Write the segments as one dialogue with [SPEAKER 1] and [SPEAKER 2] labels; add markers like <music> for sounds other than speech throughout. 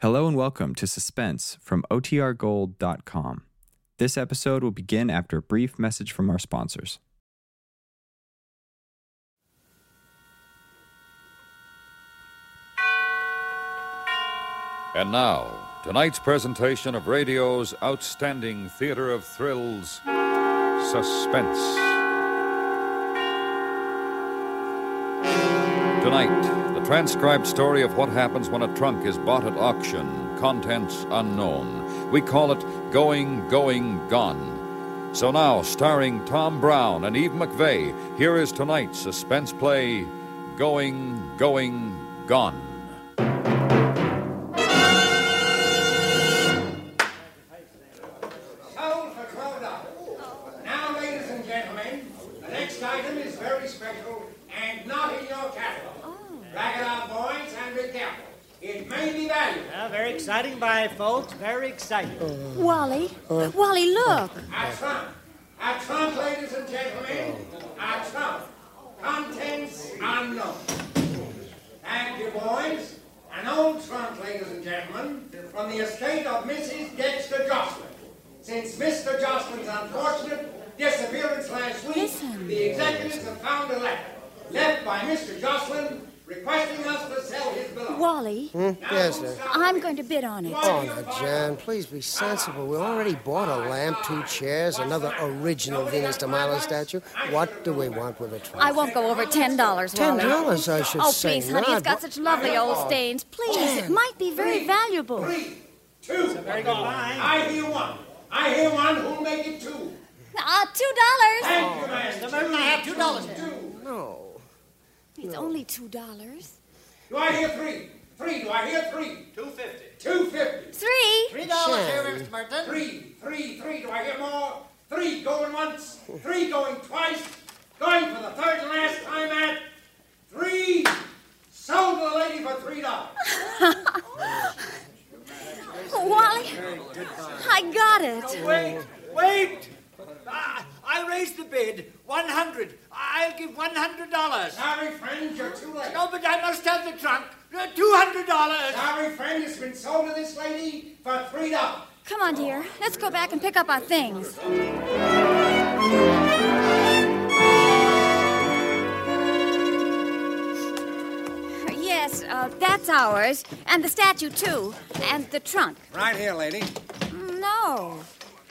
[SPEAKER 1] Hello and welcome to Suspense from OTRGold.com. This episode will begin after a brief message from our sponsors.
[SPEAKER 2] And now, tonight's presentation of radio's outstanding theater of thrills, Suspense. Tonight, the transcribed story of what happens when a trunk is bought at auction, contents unknown. We call it Going, Going, Gone. So now, starring Tom Brown and Eve McVeigh, here is tonight's suspense play, Going, Going, Gone.
[SPEAKER 3] Hold the crowd up. Now, ladies and gentlemen, the next item is very special and not in your catalog. Black it out, boys, and be careful. It may be valuable.
[SPEAKER 4] Yeah, very exciting bye, folks. Very exciting.
[SPEAKER 5] Wally, Wally, look.
[SPEAKER 3] A trump. A trump, ladies and gentlemen. A trump. Contents unknown. Thank you, boys. An old trump, ladies and gentlemen, from the estate of Mrs. Dexter Jocelyn. Since Mr. Jocelyn's unfortunate disappearance last week,
[SPEAKER 5] Listen.
[SPEAKER 3] the executors have found a letter left by Mr. Jocelyn requesting us to sell his belongings.
[SPEAKER 5] Wally,
[SPEAKER 6] Yes, sir.
[SPEAKER 5] I'm going to bid on it.
[SPEAKER 6] Oh, now, John, please be sensible. We already bought a lamp, two chairs, another original Venus de Milo statue. What do we want with a trunk?
[SPEAKER 5] I won't go over ten dollars, Wally.
[SPEAKER 6] $10, I should
[SPEAKER 5] Oh,
[SPEAKER 6] say
[SPEAKER 5] please, honey, it's
[SPEAKER 6] not.
[SPEAKER 5] got such lovely old stains. Please, it might be very valuable.
[SPEAKER 3] Three, two,
[SPEAKER 4] Very good bye.
[SPEAKER 3] I hear one. I hear one who'll make it two.
[SPEAKER 5] Ah, two
[SPEAKER 3] Thank
[SPEAKER 5] dollars.
[SPEAKER 3] you, man.
[SPEAKER 4] Mr. Merton, I have two dollars.
[SPEAKER 3] Two.
[SPEAKER 6] No.
[SPEAKER 5] It's only two dollars.
[SPEAKER 3] Do I hear three? Three. Do I hear three?
[SPEAKER 4] Two fifty.
[SPEAKER 3] Two fifty.
[SPEAKER 5] Three.
[SPEAKER 4] Three dollars here, Mr. Merton.
[SPEAKER 3] Three, three, three. Do I hear more? Three going once. Three going twice. Going for the third and last time at three. Sold to the lady for three dollars.
[SPEAKER 5] Wally, I got it.
[SPEAKER 4] Wait, wait. I, I raised the bid. One hundred. I'll give one hundred dollars.
[SPEAKER 3] Sorry, friend, you're too late.
[SPEAKER 4] No, but I must have the trunk. Two hundred dollars.
[SPEAKER 3] Sorry, friend, it's been sold to this lady for three dollars.
[SPEAKER 5] Come on, dear. Let's go back and pick up our things. Yes, uh, that's ours, and the statue too, and the trunk.
[SPEAKER 3] Right here, lady.
[SPEAKER 5] No.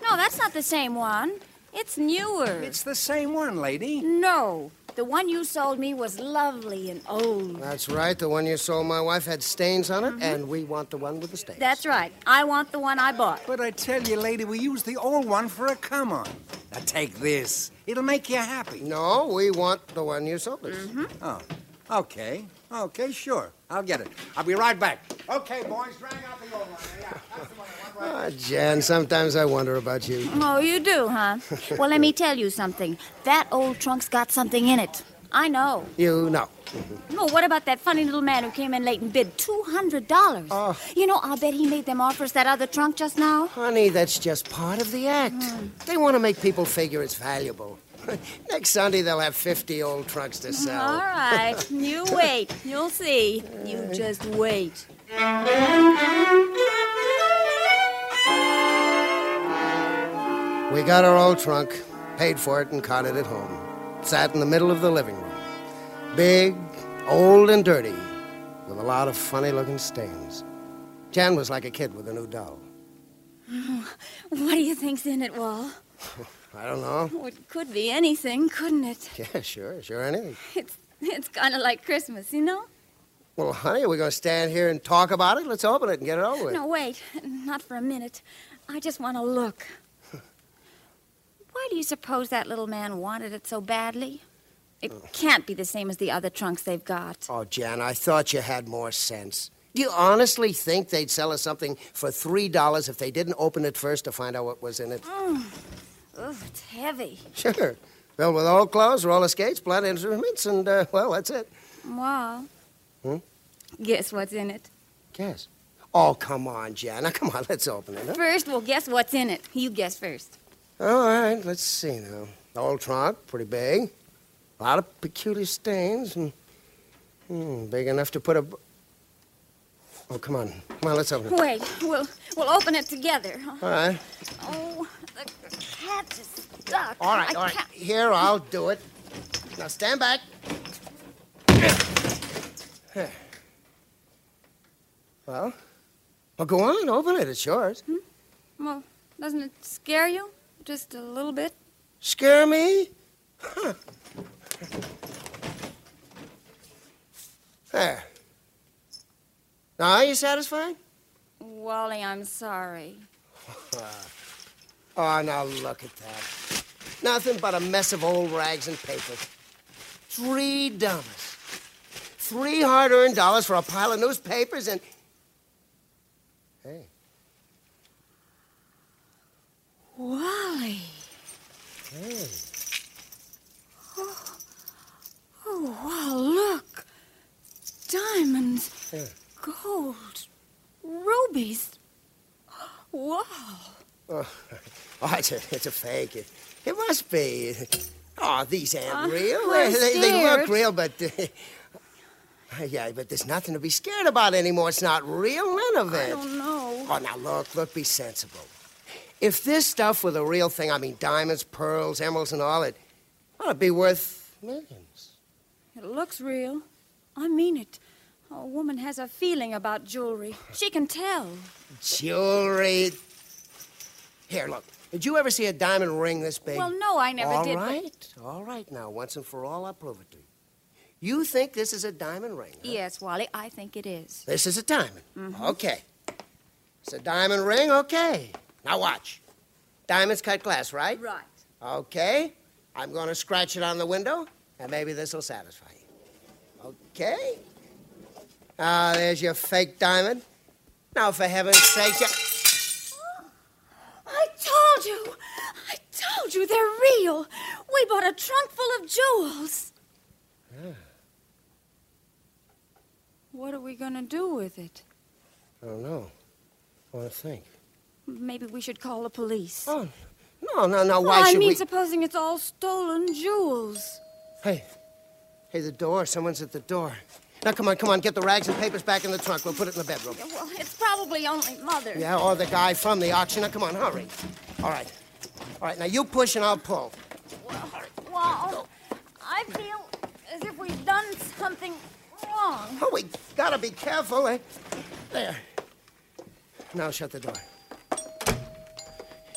[SPEAKER 5] No, that's not the same one. It's newer.
[SPEAKER 3] the same one, lady.
[SPEAKER 5] No. The one you sold me was lovely and old.
[SPEAKER 6] That's right. The one you sold my wife had stains on it, and we want the one with the stains.
[SPEAKER 5] Mm-hmm. That's right. I want the one I bought.
[SPEAKER 7] But I tell you, lady, we used the old one for a come on. Now take this. It'll make you happy.
[SPEAKER 6] No, we want the one you sold us.
[SPEAKER 5] Mm-hmm.
[SPEAKER 7] Oh, okay. Okay, sure. I'll get it. I'll be right back. Okay, boys, drag out the old one. Yeah, that's the one I want right
[SPEAKER 6] Ah, Jan, sometimes I wonder about you.
[SPEAKER 5] Oh, you do, huh? well, let me tell you something. That old trunk's got something in it. I know.
[SPEAKER 6] You know.
[SPEAKER 5] Well, what about that funny little man who came in late and bid $200? You know, I'll bet he made them offers that other trunk just now.
[SPEAKER 6] Honey, that's just part of the act. They want to make people figure it's valuable. <laughs> Next Sunday, they'll have 50 old trunks to sell.
[SPEAKER 5] All right. You wait. You'll see. You just wait.
[SPEAKER 6] We got our old trunk, paid for it, and caught it at home. Sat in the middle of the living room. Big, old, and dirty, with a lot of funny looking stains. Jan was like a kid with a new doll.
[SPEAKER 5] What do you think's in it, Wall?
[SPEAKER 6] I don't know. <laughs>
[SPEAKER 5] Oh, it could be anything, couldn't it?
[SPEAKER 6] Yeah, sure, sure, anything.
[SPEAKER 5] It's it's kind of like Christmas, you know?
[SPEAKER 6] Well, honey, are we going to stand here and talk about it? Let's open it and get it over with.
[SPEAKER 5] No, wait. Not for a minute. I just want to look. Why do you suppose that little man wanted it so badly? It can't be the same as the other trunks they've got.
[SPEAKER 6] Oh, Jan, I thought you had more sense. Do you honestly think they'd sell us something for $3 if they didn't open it first to find out what was in it?
[SPEAKER 5] Ugh, Mm. it's heavy.
[SPEAKER 6] Sure. Filled with old clothes, roller skates, blunt instruments, and, uh, well, that's it.
[SPEAKER 5] Wow.
[SPEAKER 6] Hmm?
[SPEAKER 5] Guess what's in it?
[SPEAKER 6] Guess. Oh, come on, Jan. Now, come on, let's open it. Huh?
[SPEAKER 5] First, we'll guess what's in it. You guess first.
[SPEAKER 6] All right, let's see now. Old trunk, pretty big. A lot of peculiar stains, and hmm, big enough to put a. b- Oh, come on. Come on, let's open it.
[SPEAKER 5] Wait, we'll we'll open it together.
[SPEAKER 6] All right.
[SPEAKER 5] Oh, the catch is stuck.
[SPEAKER 6] All right,
[SPEAKER 5] I
[SPEAKER 6] all right.
[SPEAKER 5] can't-
[SPEAKER 6] Here, I'll do it. Now stand back. Well, well, go on, open it. It's yours.
[SPEAKER 5] Well, doesn't it scare you? Just a little bit?
[SPEAKER 6] Scare me? there. Now, are you satisfied?
[SPEAKER 5] Wally, I'm sorry.
[SPEAKER 6] Oh, now look at that. Nothing but a mess of old rags and paper. Three dollars. Three hard earned dollars for a pile of newspapers and. Hey,
[SPEAKER 5] Wally.
[SPEAKER 6] hey.
[SPEAKER 5] Oh, wow, look. Diamonds,
[SPEAKER 6] Yeah.
[SPEAKER 5] gold, rubies. Wow.
[SPEAKER 6] Oh, oh, it's, a, it's a fake. It, it must be. Oh, these aren't
[SPEAKER 5] Uh,
[SPEAKER 6] real.
[SPEAKER 5] we're
[SPEAKER 6] They, they- they look
[SPEAKER 5] scared.
[SPEAKER 6] real, but. <laughs> uh, yeah, but there's nothing to be scared about anymore. It's not real, none of
[SPEAKER 5] I
[SPEAKER 6] it.
[SPEAKER 5] don't know.
[SPEAKER 6] Oh, now look, look, be sensible. If this stuff were the real thing, I mean diamonds, pearls, emeralds, and all, it well, it'd be worth millions.
[SPEAKER 5] It looks real. I mean it. A woman has a feeling about jewelry. She can tell.
[SPEAKER 6] Jewelry. Here, look. Did you ever see a diamond ring this big?
[SPEAKER 5] Well, no, I never
[SPEAKER 6] All
[SPEAKER 5] did. but-
[SPEAKER 6] right, all right. Now, once and for all, I'll prove it to you. You think this is a diamond ring? huh?
[SPEAKER 5] Yes, Wally, I think it is.
[SPEAKER 6] This is a diamond.
[SPEAKER 5] Mm-hmm.
[SPEAKER 6] Okay. It's a diamond ring. Okay. Now watch. Diamonds cut glass, right?
[SPEAKER 5] Right.
[SPEAKER 6] Okay, I'm going to scratch it on the window, and maybe this will satisfy you. Okay? Ah, there's your fake diamond. Now, for heaven's sake, you...
[SPEAKER 5] I told you! I told you they're real! We bought a trunk full of jewels. What are we gonna do with it?
[SPEAKER 6] I don't know. Oh, I want to think.
[SPEAKER 5] Maybe we should call the police.
[SPEAKER 6] Oh, no, no, no. Why
[SPEAKER 5] Well, Oh, I
[SPEAKER 6] should
[SPEAKER 5] mean,
[SPEAKER 6] we?
[SPEAKER 5] supposing it's all stolen jewels.
[SPEAKER 6] Hey, hey, the door. Someone's at the door. Now, come on, come on. Get the rags and papers back in the trunk. We'll put it in the bedroom.
[SPEAKER 5] Yeah, Well, it's probably only mother.
[SPEAKER 6] Yeah, or the guy from the auction. Now, come on, hurry. All right. All right, now you push and I'll pull.
[SPEAKER 5] Well, I feel as if we've done something wrong.
[SPEAKER 6] Oh, we gotta be careful. eh? There. Now shut the door.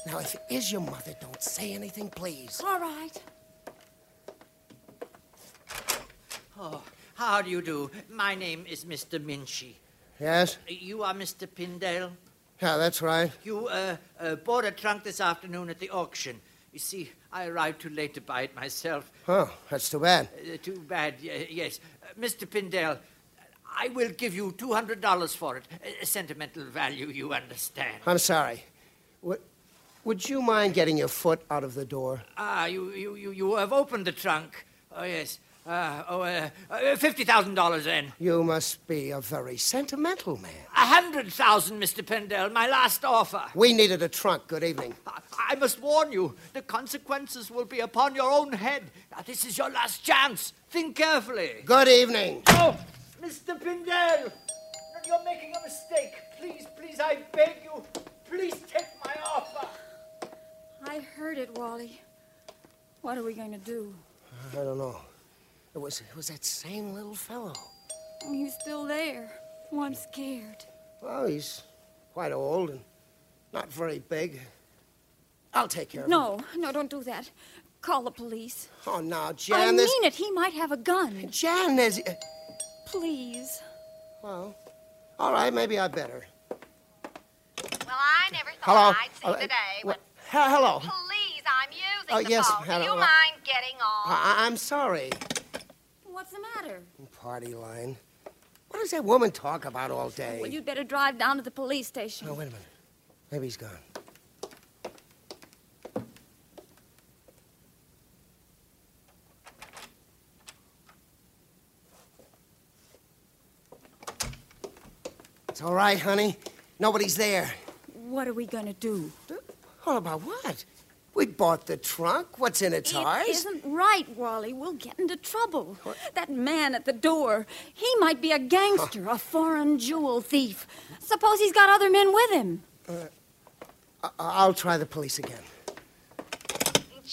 [SPEAKER 6] Now, if it is your mother, don't say anything, please.
[SPEAKER 5] All right.
[SPEAKER 8] How do you do? My name is Mr. Minchie.
[SPEAKER 6] Yes?
[SPEAKER 8] You are Mr. Pindale.
[SPEAKER 6] Yeah, that's right.
[SPEAKER 8] You uh, uh, bought a trunk this afternoon at the auction. You see, I arrived too late to buy it myself.
[SPEAKER 6] Oh, that's too bad.
[SPEAKER 8] Uh, too bad, y- yes. Uh, Mr. Pindale, I will give you $200 for it. Uh, sentimental value, you understand.
[SPEAKER 6] I'm sorry. Would, would you mind getting your foot out of the door?
[SPEAKER 8] Ah, you, you, you, you have opened the trunk. Oh, yes.
[SPEAKER 4] Ah,
[SPEAKER 8] Uh, oh, uh, uh, $50,000 then.
[SPEAKER 6] You must be a very sentimental man.
[SPEAKER 8] 100000 Mr. Pindale, my last offer.
[SPEAKER 6] We needed a trunk. Good evening.
[SPEAKER 8] I- I must warn you, the consequences will be upon your own head. Now, this is your last chance. Think carefully.
[SPEAKER 6] Good evening.
[SPEAKER 8] Oh, Mr. Pindell, you're making a mistake. Please, please, I beg you, please take my offer.
[SPEAKER 5] I heard it, Wally. What are we going to do?
[SPEAKER 6] I don't know. It was, it was that same little fellow.
[SPEAKER 5] He's still there. Oh, I'm scared.
[SPEAKER 6] Well, he's quite old and not very big. I'll take care of him.
[SPEAKER 5] No, no, don't do that. Call the police.
[SPEAKER 6] Oh, now,
[SPEAKER 5] I
[SPEAKER 6] Jan,
[SPEAKER 5] mean
[SPEAKER 6] there's...
[SPEAKER 5] it. He might have a gun.
[SPEAKER 6] Jan, there's... uh,
[SPEAKER 5] Please.
[SPEAKER 6] Well, all right, maybe I better.
[SPEAKER 9] Well, I never
[SPEAKER 6] Hello?
[SPEAKER 9] thought Oh, I'd see
[SPEAKER 6] Uh,
[SPEAKER 9] the day.
[SPEAKER 6] well,
[SPEAKER 9] when
[SPEAKER 6] he- hello.
[SPEAKER 9] please, I'm using
[SPEAKER 6] Oh,
[SPEAKER 9] the
[SPEAKER 6] yes,
[SPEAKER 9] phone. Do
[SPEAKER 6] hello.
[SPEAKER 9] you mind getting on?
[SPEAKER 6] I- I- I'm sorry.
[SPEAKER 5] What's the matter?
[SPEAKER 6] Party line. What does that woman talk about all day?
[SPEAKER 5] Well, you'd better drive down to the police station.
[SPEAKER 6] Oh, wait a minute. Maybe he's gone. It's all right, honey. Nobody's there.
[SPEAKER 5] What are we gonna do?
[SPEAKER 6] All about what? We bought the trunk. What's in its ours?
[SPEAKER 5] It isn't right, Wally. We'll get into trouble. That man at the door, he might be a gangster, a foreign jewel thief. Suppose he's got other men with him.
[SPEAKER 6] I- I'll try the police again.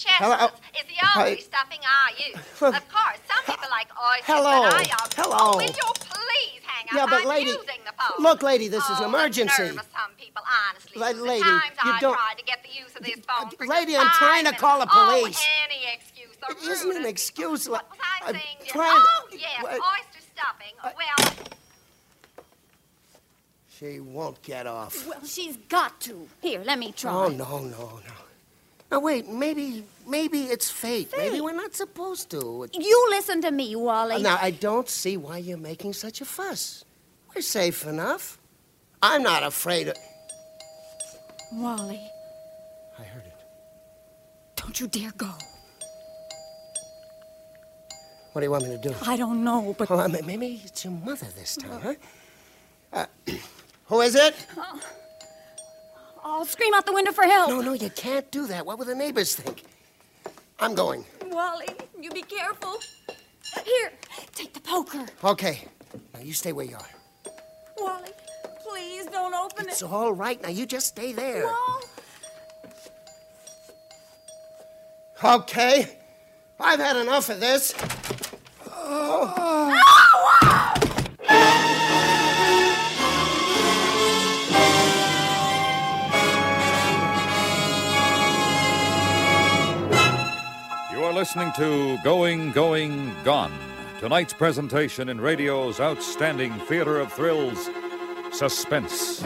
[SPEAKER 6] Hello.
[SPEAKER 9] Chestnuts is the only
[SPEAKER 6] Hi.
[SPEAKER 9] stuffing I use.
[SPEAKER 6] <laughs>
[SPEAKER 9] Of course, some people like oysters,
[SPEAKER 6] Hello.
[SPEAKER 9] but I don't.
[SPEAKER 6] Hello.
[SPEAKER 9] Oh, will you please hang up?
[SPEAKER 6] Yeah, but
[SPEAKER 9] I'm
[SPEAKER 6] lady-
[SPEAKER 9] using the phone.
[SPEAKER 6] look, lady, this is
[SPEAKER 9] Oh,
[SPEAKER 6] an
[SPEAKER 9] the
[SPEAKER 6] emergency.
[SPEAKER 9] nerve of some people, honestly.
[SPEAKER 6] La-
[SPEAKER 9] the
[SPEAKER 6] lady,
[SPEAKER 9] times
[SPEAKER 6] you
[SPEAKER 9] I
[SPEAKER 6] don't-
[SPEAKER 9] tried to get the use of this phone for
[SPEAKER 6] lady,
[SPEAKER 9] just
[SPEAKER 6] I'm
[SPEAKER 9] five
[SPEAKER 6] trying to
[SPEAKER 9] minutes.
[SPEAKER 6] call the police.
[SPEAKER 9] Oh, any excuse. The
[SPEAKER 6] It isn't an
[SPEAKER 9] rudest-
[SPEAKER 6] excuse. Like,
[SPEAKER 9] What was I
[SPEAKER 6] I'm
[SPEAKER 9] saying? Yes.
[SPEAKER 6] trying to-
[SPEAKER 9] Oh, yes,
[SPEAKER 6] Wait.
[SPEAKER 9] oyster stuffing. well,
[SPEAKER 6] She won't get off.
[SPEAKER 5] Well, she's got to. Here, let me try.
[SPEAKER 6] Oh, no, no, no. Now, wait, maybe, maybe it's fate. Maybe
[SPEAKER 5] Fate?
[SPEAKER 6] we're not supposed to. It-
[SPEAKER 5] You listen to me, Wally.
[SPEAKER 6] Now, I don't see why you're making such a fuss. We're safe enough. I'm not afraid of.
[SPEAKER 5] Wally,
[SPEAKER 6] I heard it.
[SPEAKER 5] don't you dare go.
[SPEAKER 6] What do you want me to do?
[SPEAKER 5] I don't know, but
[SPEAKER 6] Oh, ma- maybe it's your mother this time, huh? Uh, <clears throat> who is it?
[SPEAKER 5] I'll scream out the window for help.
[SPEAKER 6] No, no, you can't do that. What will the neighbors think? I'm going.
[SPEAKER 5] Wally, you be careful. Here, take the poker.
[SPEAKER 6] Okay. Now, you stay where you are.
[SPEAKER 5] Wally, please don't open
[SPEAKER 6] It's
[SPEAKER 5] it.
[SPEAKER 6] all right. Now, you just stay there.
[SPEAKER 5] Wall.
[SPEAKER 6] Okay. I've had enough of this.
[SPEAKER 2] You are listening to Going, Going, Gone. Tonight's presentation in radio's outstanding theater of thrills, Suspense.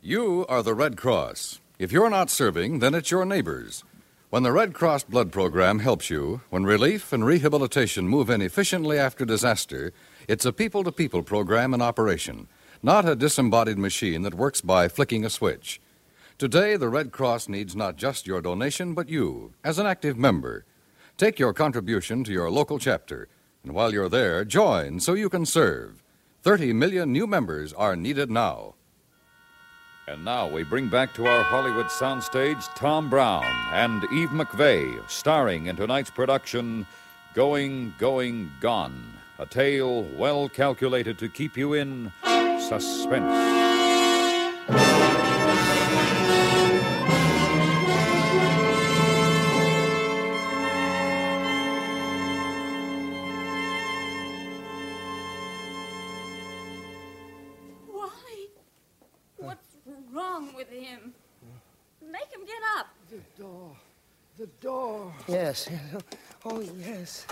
[SPEAKER 10] You are the Red Cross. If you're not serving, then it's your neighbors. When the Red Cross Blood Program helps you, when relief and rehabilitation move in efficiently after disaster, it's a people to people program in operation, not a disembodied machine that works by flicking a switch. Today, the Red Cross needs not just your donation, but you, as an active member. Take your contribution to your local chapter, and while you're there, join so you can serve. 30 million new members are needed now.
[SPEAKER 2] And now we bring back to our Hollywood soundstage Tom Brown and Eve McVeigh, starring in tonight's production, Going, Going, Gone, a tale well calculated to keep you in suspense.
[SPEAKER 5] Wally, what's wrong with him? Make him get up.
[SPEAKER 4] The door.
[SPEAKER 6] Yes. <laughs> Oh, yes.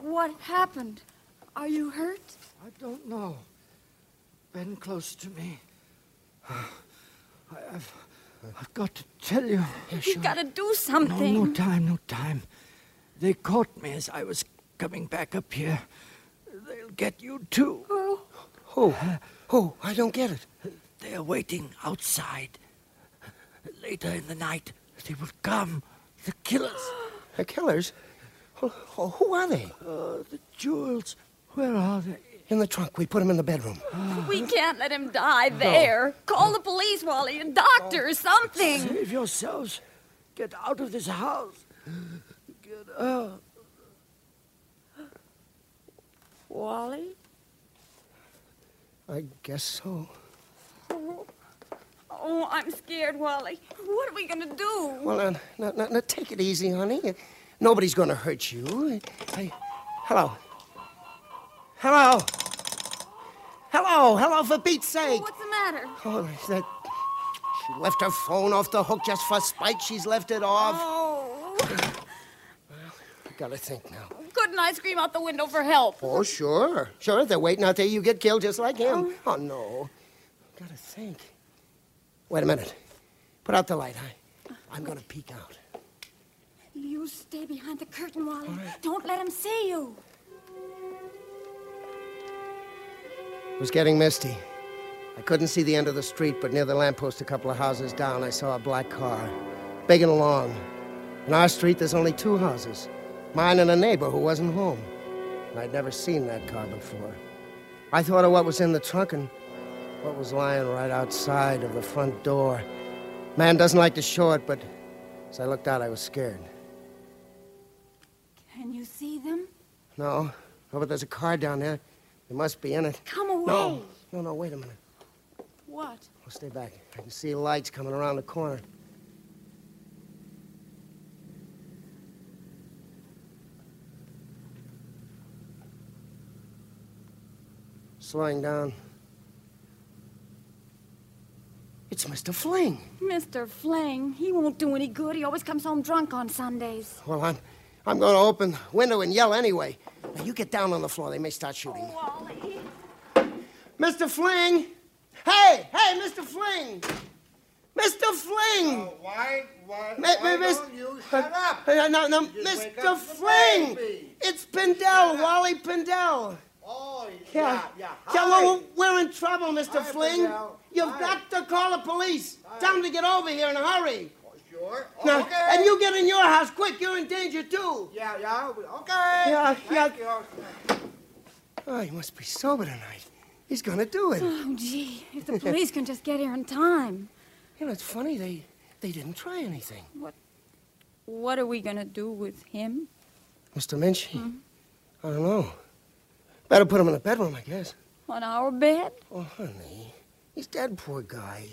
[SPEAKER 5] What happened? Are you hurt?
[SPEAKER 4] I don't know. Bend close to me. I, I've, I've got to tell you.
[SPEAKER 5] You've got to do
[SPEAKER 4] No,
[SPEAKER 5] something.
[SPEAKER 4] no time, no time. They caught me as I was coming back up here. They'll get you too.
[SPEAKER 5] Oh.
[SPEAKER 6] Who? Who? Oh, I don't get it.
[SPEAKER 4] They're waiting outside. Later in the night, they will come. The
[SPEAKER 5] <gasps>
[SPEAKER 4] killers.
[SPEAKER 6] The killers? Who, who Oh, who are they?
[SPEAKER 4] Uh, the jewels. Where are they?
[SPEAKER 6] In the trunk. We put them in the bedroom.
[SPEAKER 5] We can't let him die there. Call the police, Wally, a doctor or something.
[SPEAKER 4] Save yourselves. Get out of this house. Get out.
[SPEAKER 5] Wally?
[SPEAKER 6] I guess so.
[SPEAKER 5] Oh, I'm scared, Wally. What are we going to do?
[SPEAKER 6] Well, now, now, now, now take it easy, honey. Nobody's going to hurt you. I, hello. Hello. Hello. Hello, for Pete's sake.
[SPEAKER 5] What's the matter?
[SPEAKER 6] Oh, that. She left her phone off the hook just for spite. She's left it off.
[SPEAKER 5] Oh,
[SPEAKER 6] I gotta think now.
[SPEAKER 5] couldn't I scream out the window for help?
[SPEAKER 6] Oh, sure. Sure, if they're waiting out there, you get killed just like him. Oh, no. Gotta think. Wait a minute. Put out the light. I, I'm gonna peek out.
[SPEAKER 5] You stay behind the curtain, Wally. Don't let him see you.
[SPEAKER 6] It was getting misty. I couldn't see the end of the street, but near the lamppost a couple of houses down, I saw a black car. Big and long. In our street, there's only two houses mine and a neighbor who wasn't home. And I'd never seen that car before. I thought of what was in the trunk and what was lying right outside of the front door. Man doesn't like to show it, but as I looked out, I was scared.
[SPEAKER 5] Can you see them?
[SPEAKER 6] No, no, but there's a car down there. They must be in it.
[SPEAKER 5] Come away.
[SPEAKER 6] No, no, no wait a minute.
[SPEAKER 5] What?
[SPEAKER 6] I'll stay back. I can see lights coming around the corner. Slowing down. It's Mr. Fling.
[SPEAKER 5] Mr. Fling, he won't do any good. He always comes home drunk on Sundays.
[SPEAKER 6] Well, I'm, I'm going to open the window and yell anyway. Now, you get down on the floor. They may start shooting.
[SPEAKER 5] Wally.
[SPEAKER 6] Mr. Fling! Hey, hey, Mr. Fling! Mr. Fling!
[SPEAKER 7] Oh, Why, why,
[SPEAKER 6] Mi- mi- miss-
[SPEAKER 7] shut
[SPEAKER 6] <laughs>
[SPEAKER 7] up?
[SPEAKER 6] Uh, no, no,
[SPEAKER 7] You just wake
[SPEAKER 6] Mr.
[SPEAKER 7] up the
[SPEAKER 6] Fling!
[SPEAKER 7] baby.
[SPEAKER 6] It's Pindell, Wally Pindell.
[SPEAKER 7] Oh,
[SPEAKER 6] Yeah,
[SPEAKER 7] yeah.
[SPEAKER 6] Yeah,
[SPEAKER 7] Hi.
[SPEAKER 6] well, we're in trouble, Mr.
[SPEAKER 7] Hi,
[SPEAKER 6] Fling.
[SPEAKER 7] Pindell.
[SPEAKER 6] You've
[SPEAKER 7] Hi.
[SPEAKER 6] got to call the police. Tell them to get over here in a hurry.
[SPEAKER 7] Oh, Sure.
[SPEAKER 6] Now,
[SPEAKER 7] okay.
[SPEAKER 6] and you get in your house quick. You're in danger, too.
[SPEAKER 7] Yeah, yeah. Okay.
[SPEAKER 6] Yeah,
[SPEAKER 7] Thank you.
[SPEAKER 6] Oh, he must be sober tonight. He's gonna do it.
[SPEAKER 5] Oh, gee, if the police can just get here in time.
[SPEAKER 6] You know, it's funny they they didn't try anything.
[SPEAKER 5] What are we gonna do with him?
[SPEAKER 6] Mr. Minchie, Hmm? I don't know. Better put him in the bedroom, I guess.
[SPEAKER 5] On our bed?
[SPEAKER 6] Oh, honey, he's dead, poor guy.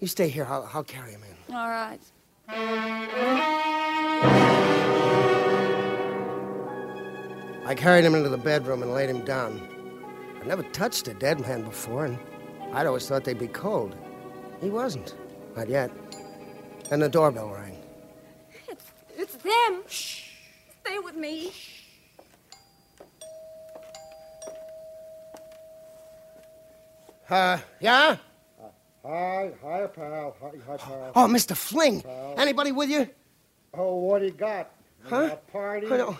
[SPEAKER 6] You stay here. I'll, I'll carry him in.
[SPEAKER 5] All right.
[SPEAKER 6] I carried him into the bedroom and laid him down. I never touched a dead man before, and I'd always thought they'd be cold. He wasn't. Not yet. Then the doorbell rang.
[SPEAKER 5] It's, it's them. Shh. Stay with me.
[SPEAKER 6] Uh, yeah?
[SPEAKER 11] Hi, hi, pal. Hi, hi, pal.
[SPEAKER 6] Oh, Mr. Fling. Anybody with you?
[SPEAKER 11] Oh, what do you got? You
[SPEAKER 6] Huh?
[SPEAKER 11] got A party?
[SPEAKER 6] I don't-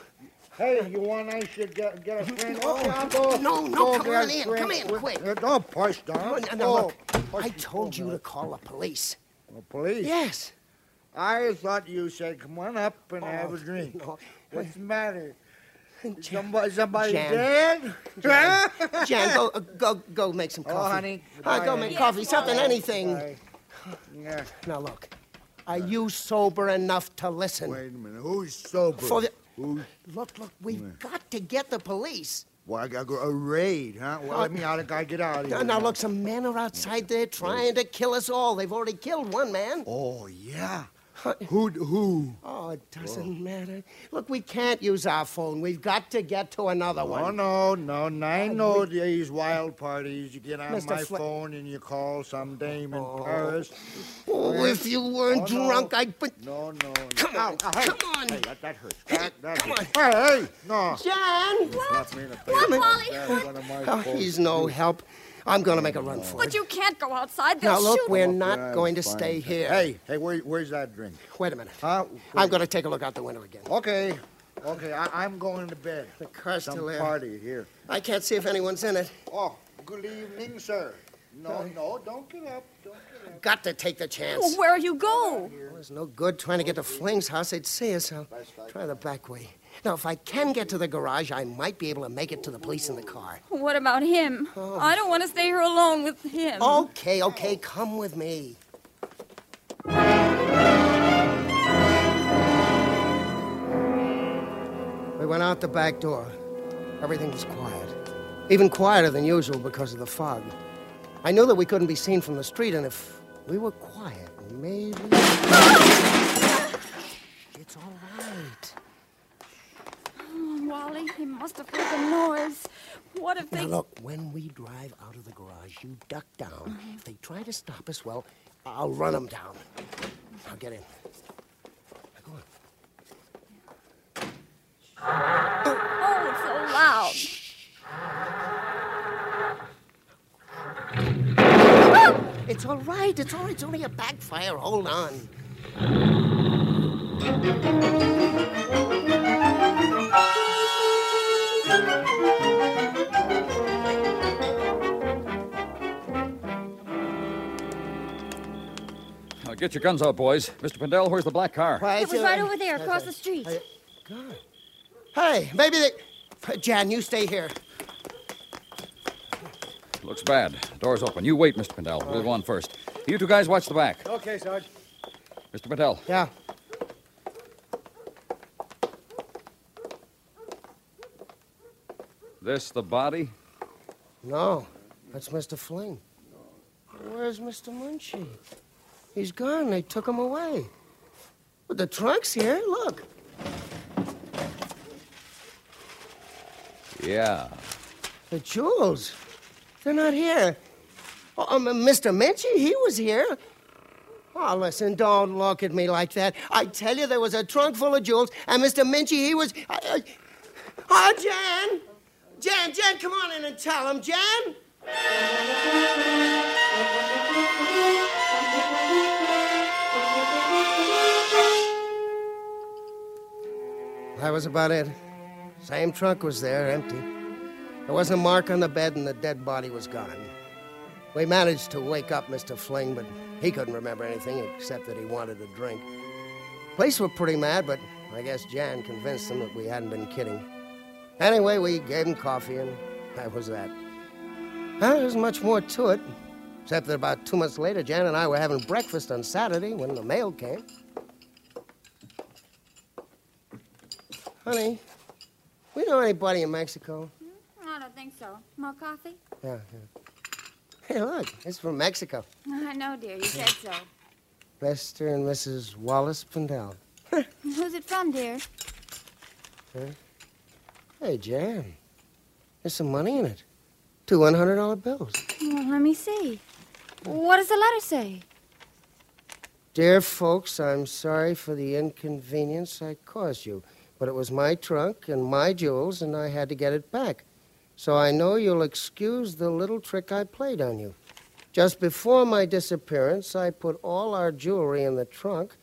[SPEAKER 11] Hey, you want I should get, get a friend?
[SPEAKER 6] No.
[SPEAKER 11] Okay, I'll go.
[SPEAKER 6] No, no,
[SPEAKER 11] go
[SPEAKER 6] come
[SPEAKER 11] get
[SPEAKER 6] on in.
[SPEAKER 11] friend.
[SPEAKER 6] Come in,
[SPEAKER 11] Wait,
[SPEAKER 6] quick.
[SPEAKER 11] uh, Don't push down.
[SPEAKER 6] No, no, look,
[SPEAKER 11] push
[SPEAKER 6] I
[SPEAKER 11] the
[SPEAKER 6] told you
[SPEAKER 11] phone
[SPEAKER 6] to call the police.
[SPEAKER 11] down. The police?
[SPEAKER 6] Yes.
[SPEAKER 11] I thought you said, come on up and have
[SPEAKER 6] Oh,
[SPEAKER 11] a drink.
[SPEAKER 6] no.
[SPEAKER 11] What's the matter?
[SPEAKER 6] Jan-
[SPEAKER 11] Somebody, somebody
[SPEAKER 6] Jan.
[SPEAKER 11] dead?
[SPEAKER 6] Jan, <laughs> Jan go, uh, go, go make some
[SPEAKER 11] Oh,
[SPEAKER 6] coffee.
[SPEAKER 11] honey,
[SPEAKER 6] Uh, go
[SPEAKER 11] goodbye,
[SPEAKER 6] make
[SPEAKER 11] honey.
[SPEAKER 6] coffee, something, anything.
[SPEAKER 11] Bye. Yeah.
[SPEAKER 6] Now, look, are you sober enough to listen?
[SPEAKER 11] Wait a minute. Who's sober?
[SPEAKER 6] For the-
[SPEAKER 11] Who's
[SPEAKER 6] Look, look, we've got to get the police.
[SPEAKER 11] Well, I gotta go a raid, huh? Well,
[SPEAKER 6] Oh.
[SPEAKER 11] let me out. I gotta get out of here.
[SPEAKER 6] Now, now, look, some men are outside there trying to kill us all. They've already killed one man.
[SPEAKER 11] Oh yeah. Who? Who?
[SPEAKER 6] Oh, it doesn't matter. Look, we can't use our phone. We've got to get to another
[SPEAKER 11] Oh
[SPEAKER 6] one.
[SPEAKER 11] no, no, no!
[SPEAKER 6] Oh,
[SPEAKER 11] I know these wild parties. You get on
[SPEAKER 6] Mr.
[SPEAKER 11] my
[SPEAKER 6] Fle-
[SPEAKER 11] phone and you call some dame in
[SPEAKER 6] Oh.
[SPEAKER 11] Paris.
[SPEAKER 6] Oh, if you weren't
[SPEAKER 11] Oh, no.
[SPEAKER 6] drunk, I'd put.
[SPEAKER 11] No, no, no.
[SPEAKER 6] Come on,
[SPEAKER 11] Ow, ow, hey.
[SPEAKER 6] come on.
[SPEAKER 11] Hey, that, that hurts. That, that
[SPEAKER 6] come
[SPEAKER 11] hurts. on. Hey, hey, no.
[SPEAKER 6] Jan!
[SPEAKER 11] Slap me in the face.
[SPEAKER 5] What, Wally?
[SPEAKER 11] That's one of my
[SPEAKER 6] Oh,
[SPEAKER 11] folks.
[SPEAKER 6] he's no help. I'm going to make a run for
[SPEAKER 5] But
[SPEAKER 6] it.
[SPEAKER 5] you can't go outside. They'll
[SPEAKER 6] Now, look,
[SPEAKER 5] shoot
[SPEAKER 6] we're
[SPEAKER 5] us.
[SPEAKER 6] not
[SPEAKER 11] Oh, Yeah,
[SPEAKER 6] going to
[SPEAKER 11] fine.
[SPEAKER 6] stay here.
[SPEAKER 11] Hey, hey, where, where's that drink?
[SPEAKER 6] Wait a minute.
[SPEAKER 11] Huh?
[SPEAKER 6] I'm going to take a look out the window again.
[SPEAKER 11] Okay, okay. I, I'm going to bed.
[SPEAKER 6] The car's
[SPEAKER 11] Some
[SPEAKER 6] still there.
[SPEAKER 11] party here.
[SPEAKER 6] I can't see if anyone's in it.
[SPEAKER 11] Oh, good evening, sir. No, no, don't get up. Don't get up.
[SPEAKER 6] Got to take the chance.
[SPEAKER 5] Oh, where you go?
[SPEAKER 6] Well, it's no good trying to get to Fling's house. They'd see us. I'll try the back way. Now, if I can get to the garage, I might be able to make it to the police in the car.
[SPEAKER 5] What about him?
[SPEAKER 6] Oh.
[SPEAKER 5] I don't want to stay here alone with him.
[SPEAKER 6] Okay, okay, come with me. We went out the back door. Everything was quiet. Even quieter than usual because of the fog. I knew that we couldn't be seen from the street, and if we were quiet, maybe. it's all right.
[SPEAKER 5] Wally, he must have heard the noise. What if
[SPEAKER 6] Now,
[SPEAKER 5] they.
[SPEAKER 6] look, when we drive out of the garage, you duck down. If they try to stop us, well, I'll run them down. Now, get in. Now, go on.
[SPEAKER 5] Oh, it's so loud.
[SPEAKER 6] It's all right. It's all right. It's only a backfire. Hold on.
[SPEAKER 2] Now get your guns out, boys. Mr. Pendell, where's the black car?
[SPEAKER 6] Why,
[SPEAKER 5] It was
[SPEAKER 6] uh,
[SPEAKER 5] right over there across the street.
[SPEAKER 6] uh, Hey, maybe they. Jan, you stay here.
[SPEAKER 2] Looks bad. Door's open. You wait, Mr. Pendel. We'll go on first. You two guys watch the back.
[SPEAKER 11] Okay, Sarge.
[SPEAKER 2] Mr. Pendel.
[SPEAKER 6] Yeah.
[SPEAKER 2] This the body?
[SPEAKER 6] No, that's Mr. Fling. Where's Mr. Munchie? He's gone. They took him away. But the trunk's here. Look.
[SPEAKER 2] Yeah.
[SPEAKER 6] The jewels. They're not here. Oh, um, Mr. Minchie, he was here. Oh, listen, don't look at me like that. I tell you, there was a trunk full of jewels, and Mr. Minchie, he was. I, I... Oh, Jan! Jan, Jan, come on in and tell him, Jan! That was about it. Same trunk was there, empty. There wasn't a mark on the bed, and the dead body was gone. We managed to wake up Mr. Fling, but he couldn't remember anything except that he wanted a drink. Police were pretty mad, but I guess Jan convinced them that we hadn't been kidding. Anyway, we gave him coffee, and that was that. Well, there was much more to it, except that about two months later, Jan and I were having breakfast on Saturday when the mail came. Honey, we know anybody in Mexico?
[SPEAKER 5] I don't think so. More coffee?
[SPEAKER 6] Yeah, yeah. Hey, look, it's from Mexico.
[SPEAKER 5] I know, dear. You said so.
[SPEAKER 6] Mr. and Mrs. Wallace Pendel.
[SPEAKER 5] Who's it from, dear?
[SPEAKER 6] Huh? Hey, Jan, there's some money in it. Two $100 bills.
[SPEAKER 5] Well, let me see. What does the letter say?
[SPEAKER 6] Dear folks, I'm sorry for the inconvenience I caused you, but it was my trunk and my jewels, and I had to get it back. So I know you'll excuse the little trick I played on you. Just before my disappearance, I put all our jewelry in the trunk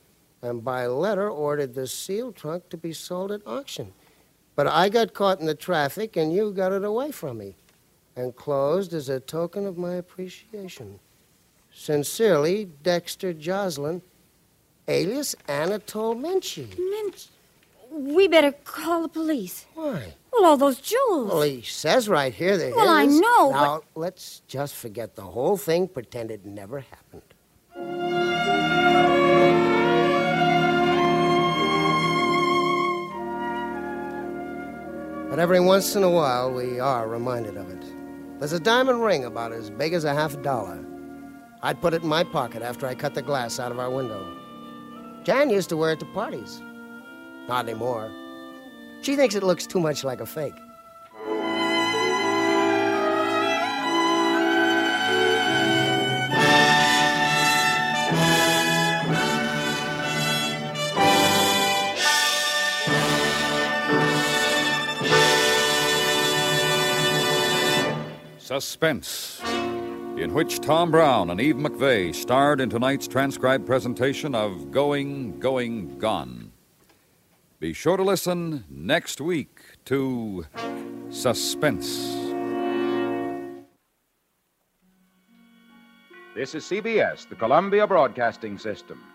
[SPEAKER 6] and by letter ordered the sealed trunk to be sold at auction. But I got caught in the traffic and you got it away from me. Enclosed is a token of my appreciation. Sincerely, Dexter Joslin, alias Anatole Minchie.
[SPEAKER 5] Minch, we better call the police.
[SPEAKER 6] Why?
[SPEAKER 5] Well, all those jewels.
[SPEAKER 6] Well, he says right here that.
[SPEAKER 5] Well, I know, but-
[SPEAKER 6] Now, let's just forget the whole thing, pretend it never happened. But every once in a while, we are reminded of it. There's a diamond ring about as big as a half dollar. I'd put it in my pocket after I cut the glass out of our window. Jan used to wear it to parties. Not anymore. She thinks it looks too much like a fake.
[SPEAKER 2] Suspense, in which Tom Brown and Eve McVeigh starred in tonight's transcribed presentation of Going, Going, Gone. Be sure to listen next week to Suspense.
[SPEAKER 12] This is CBS, the Columbia Broadcasting System.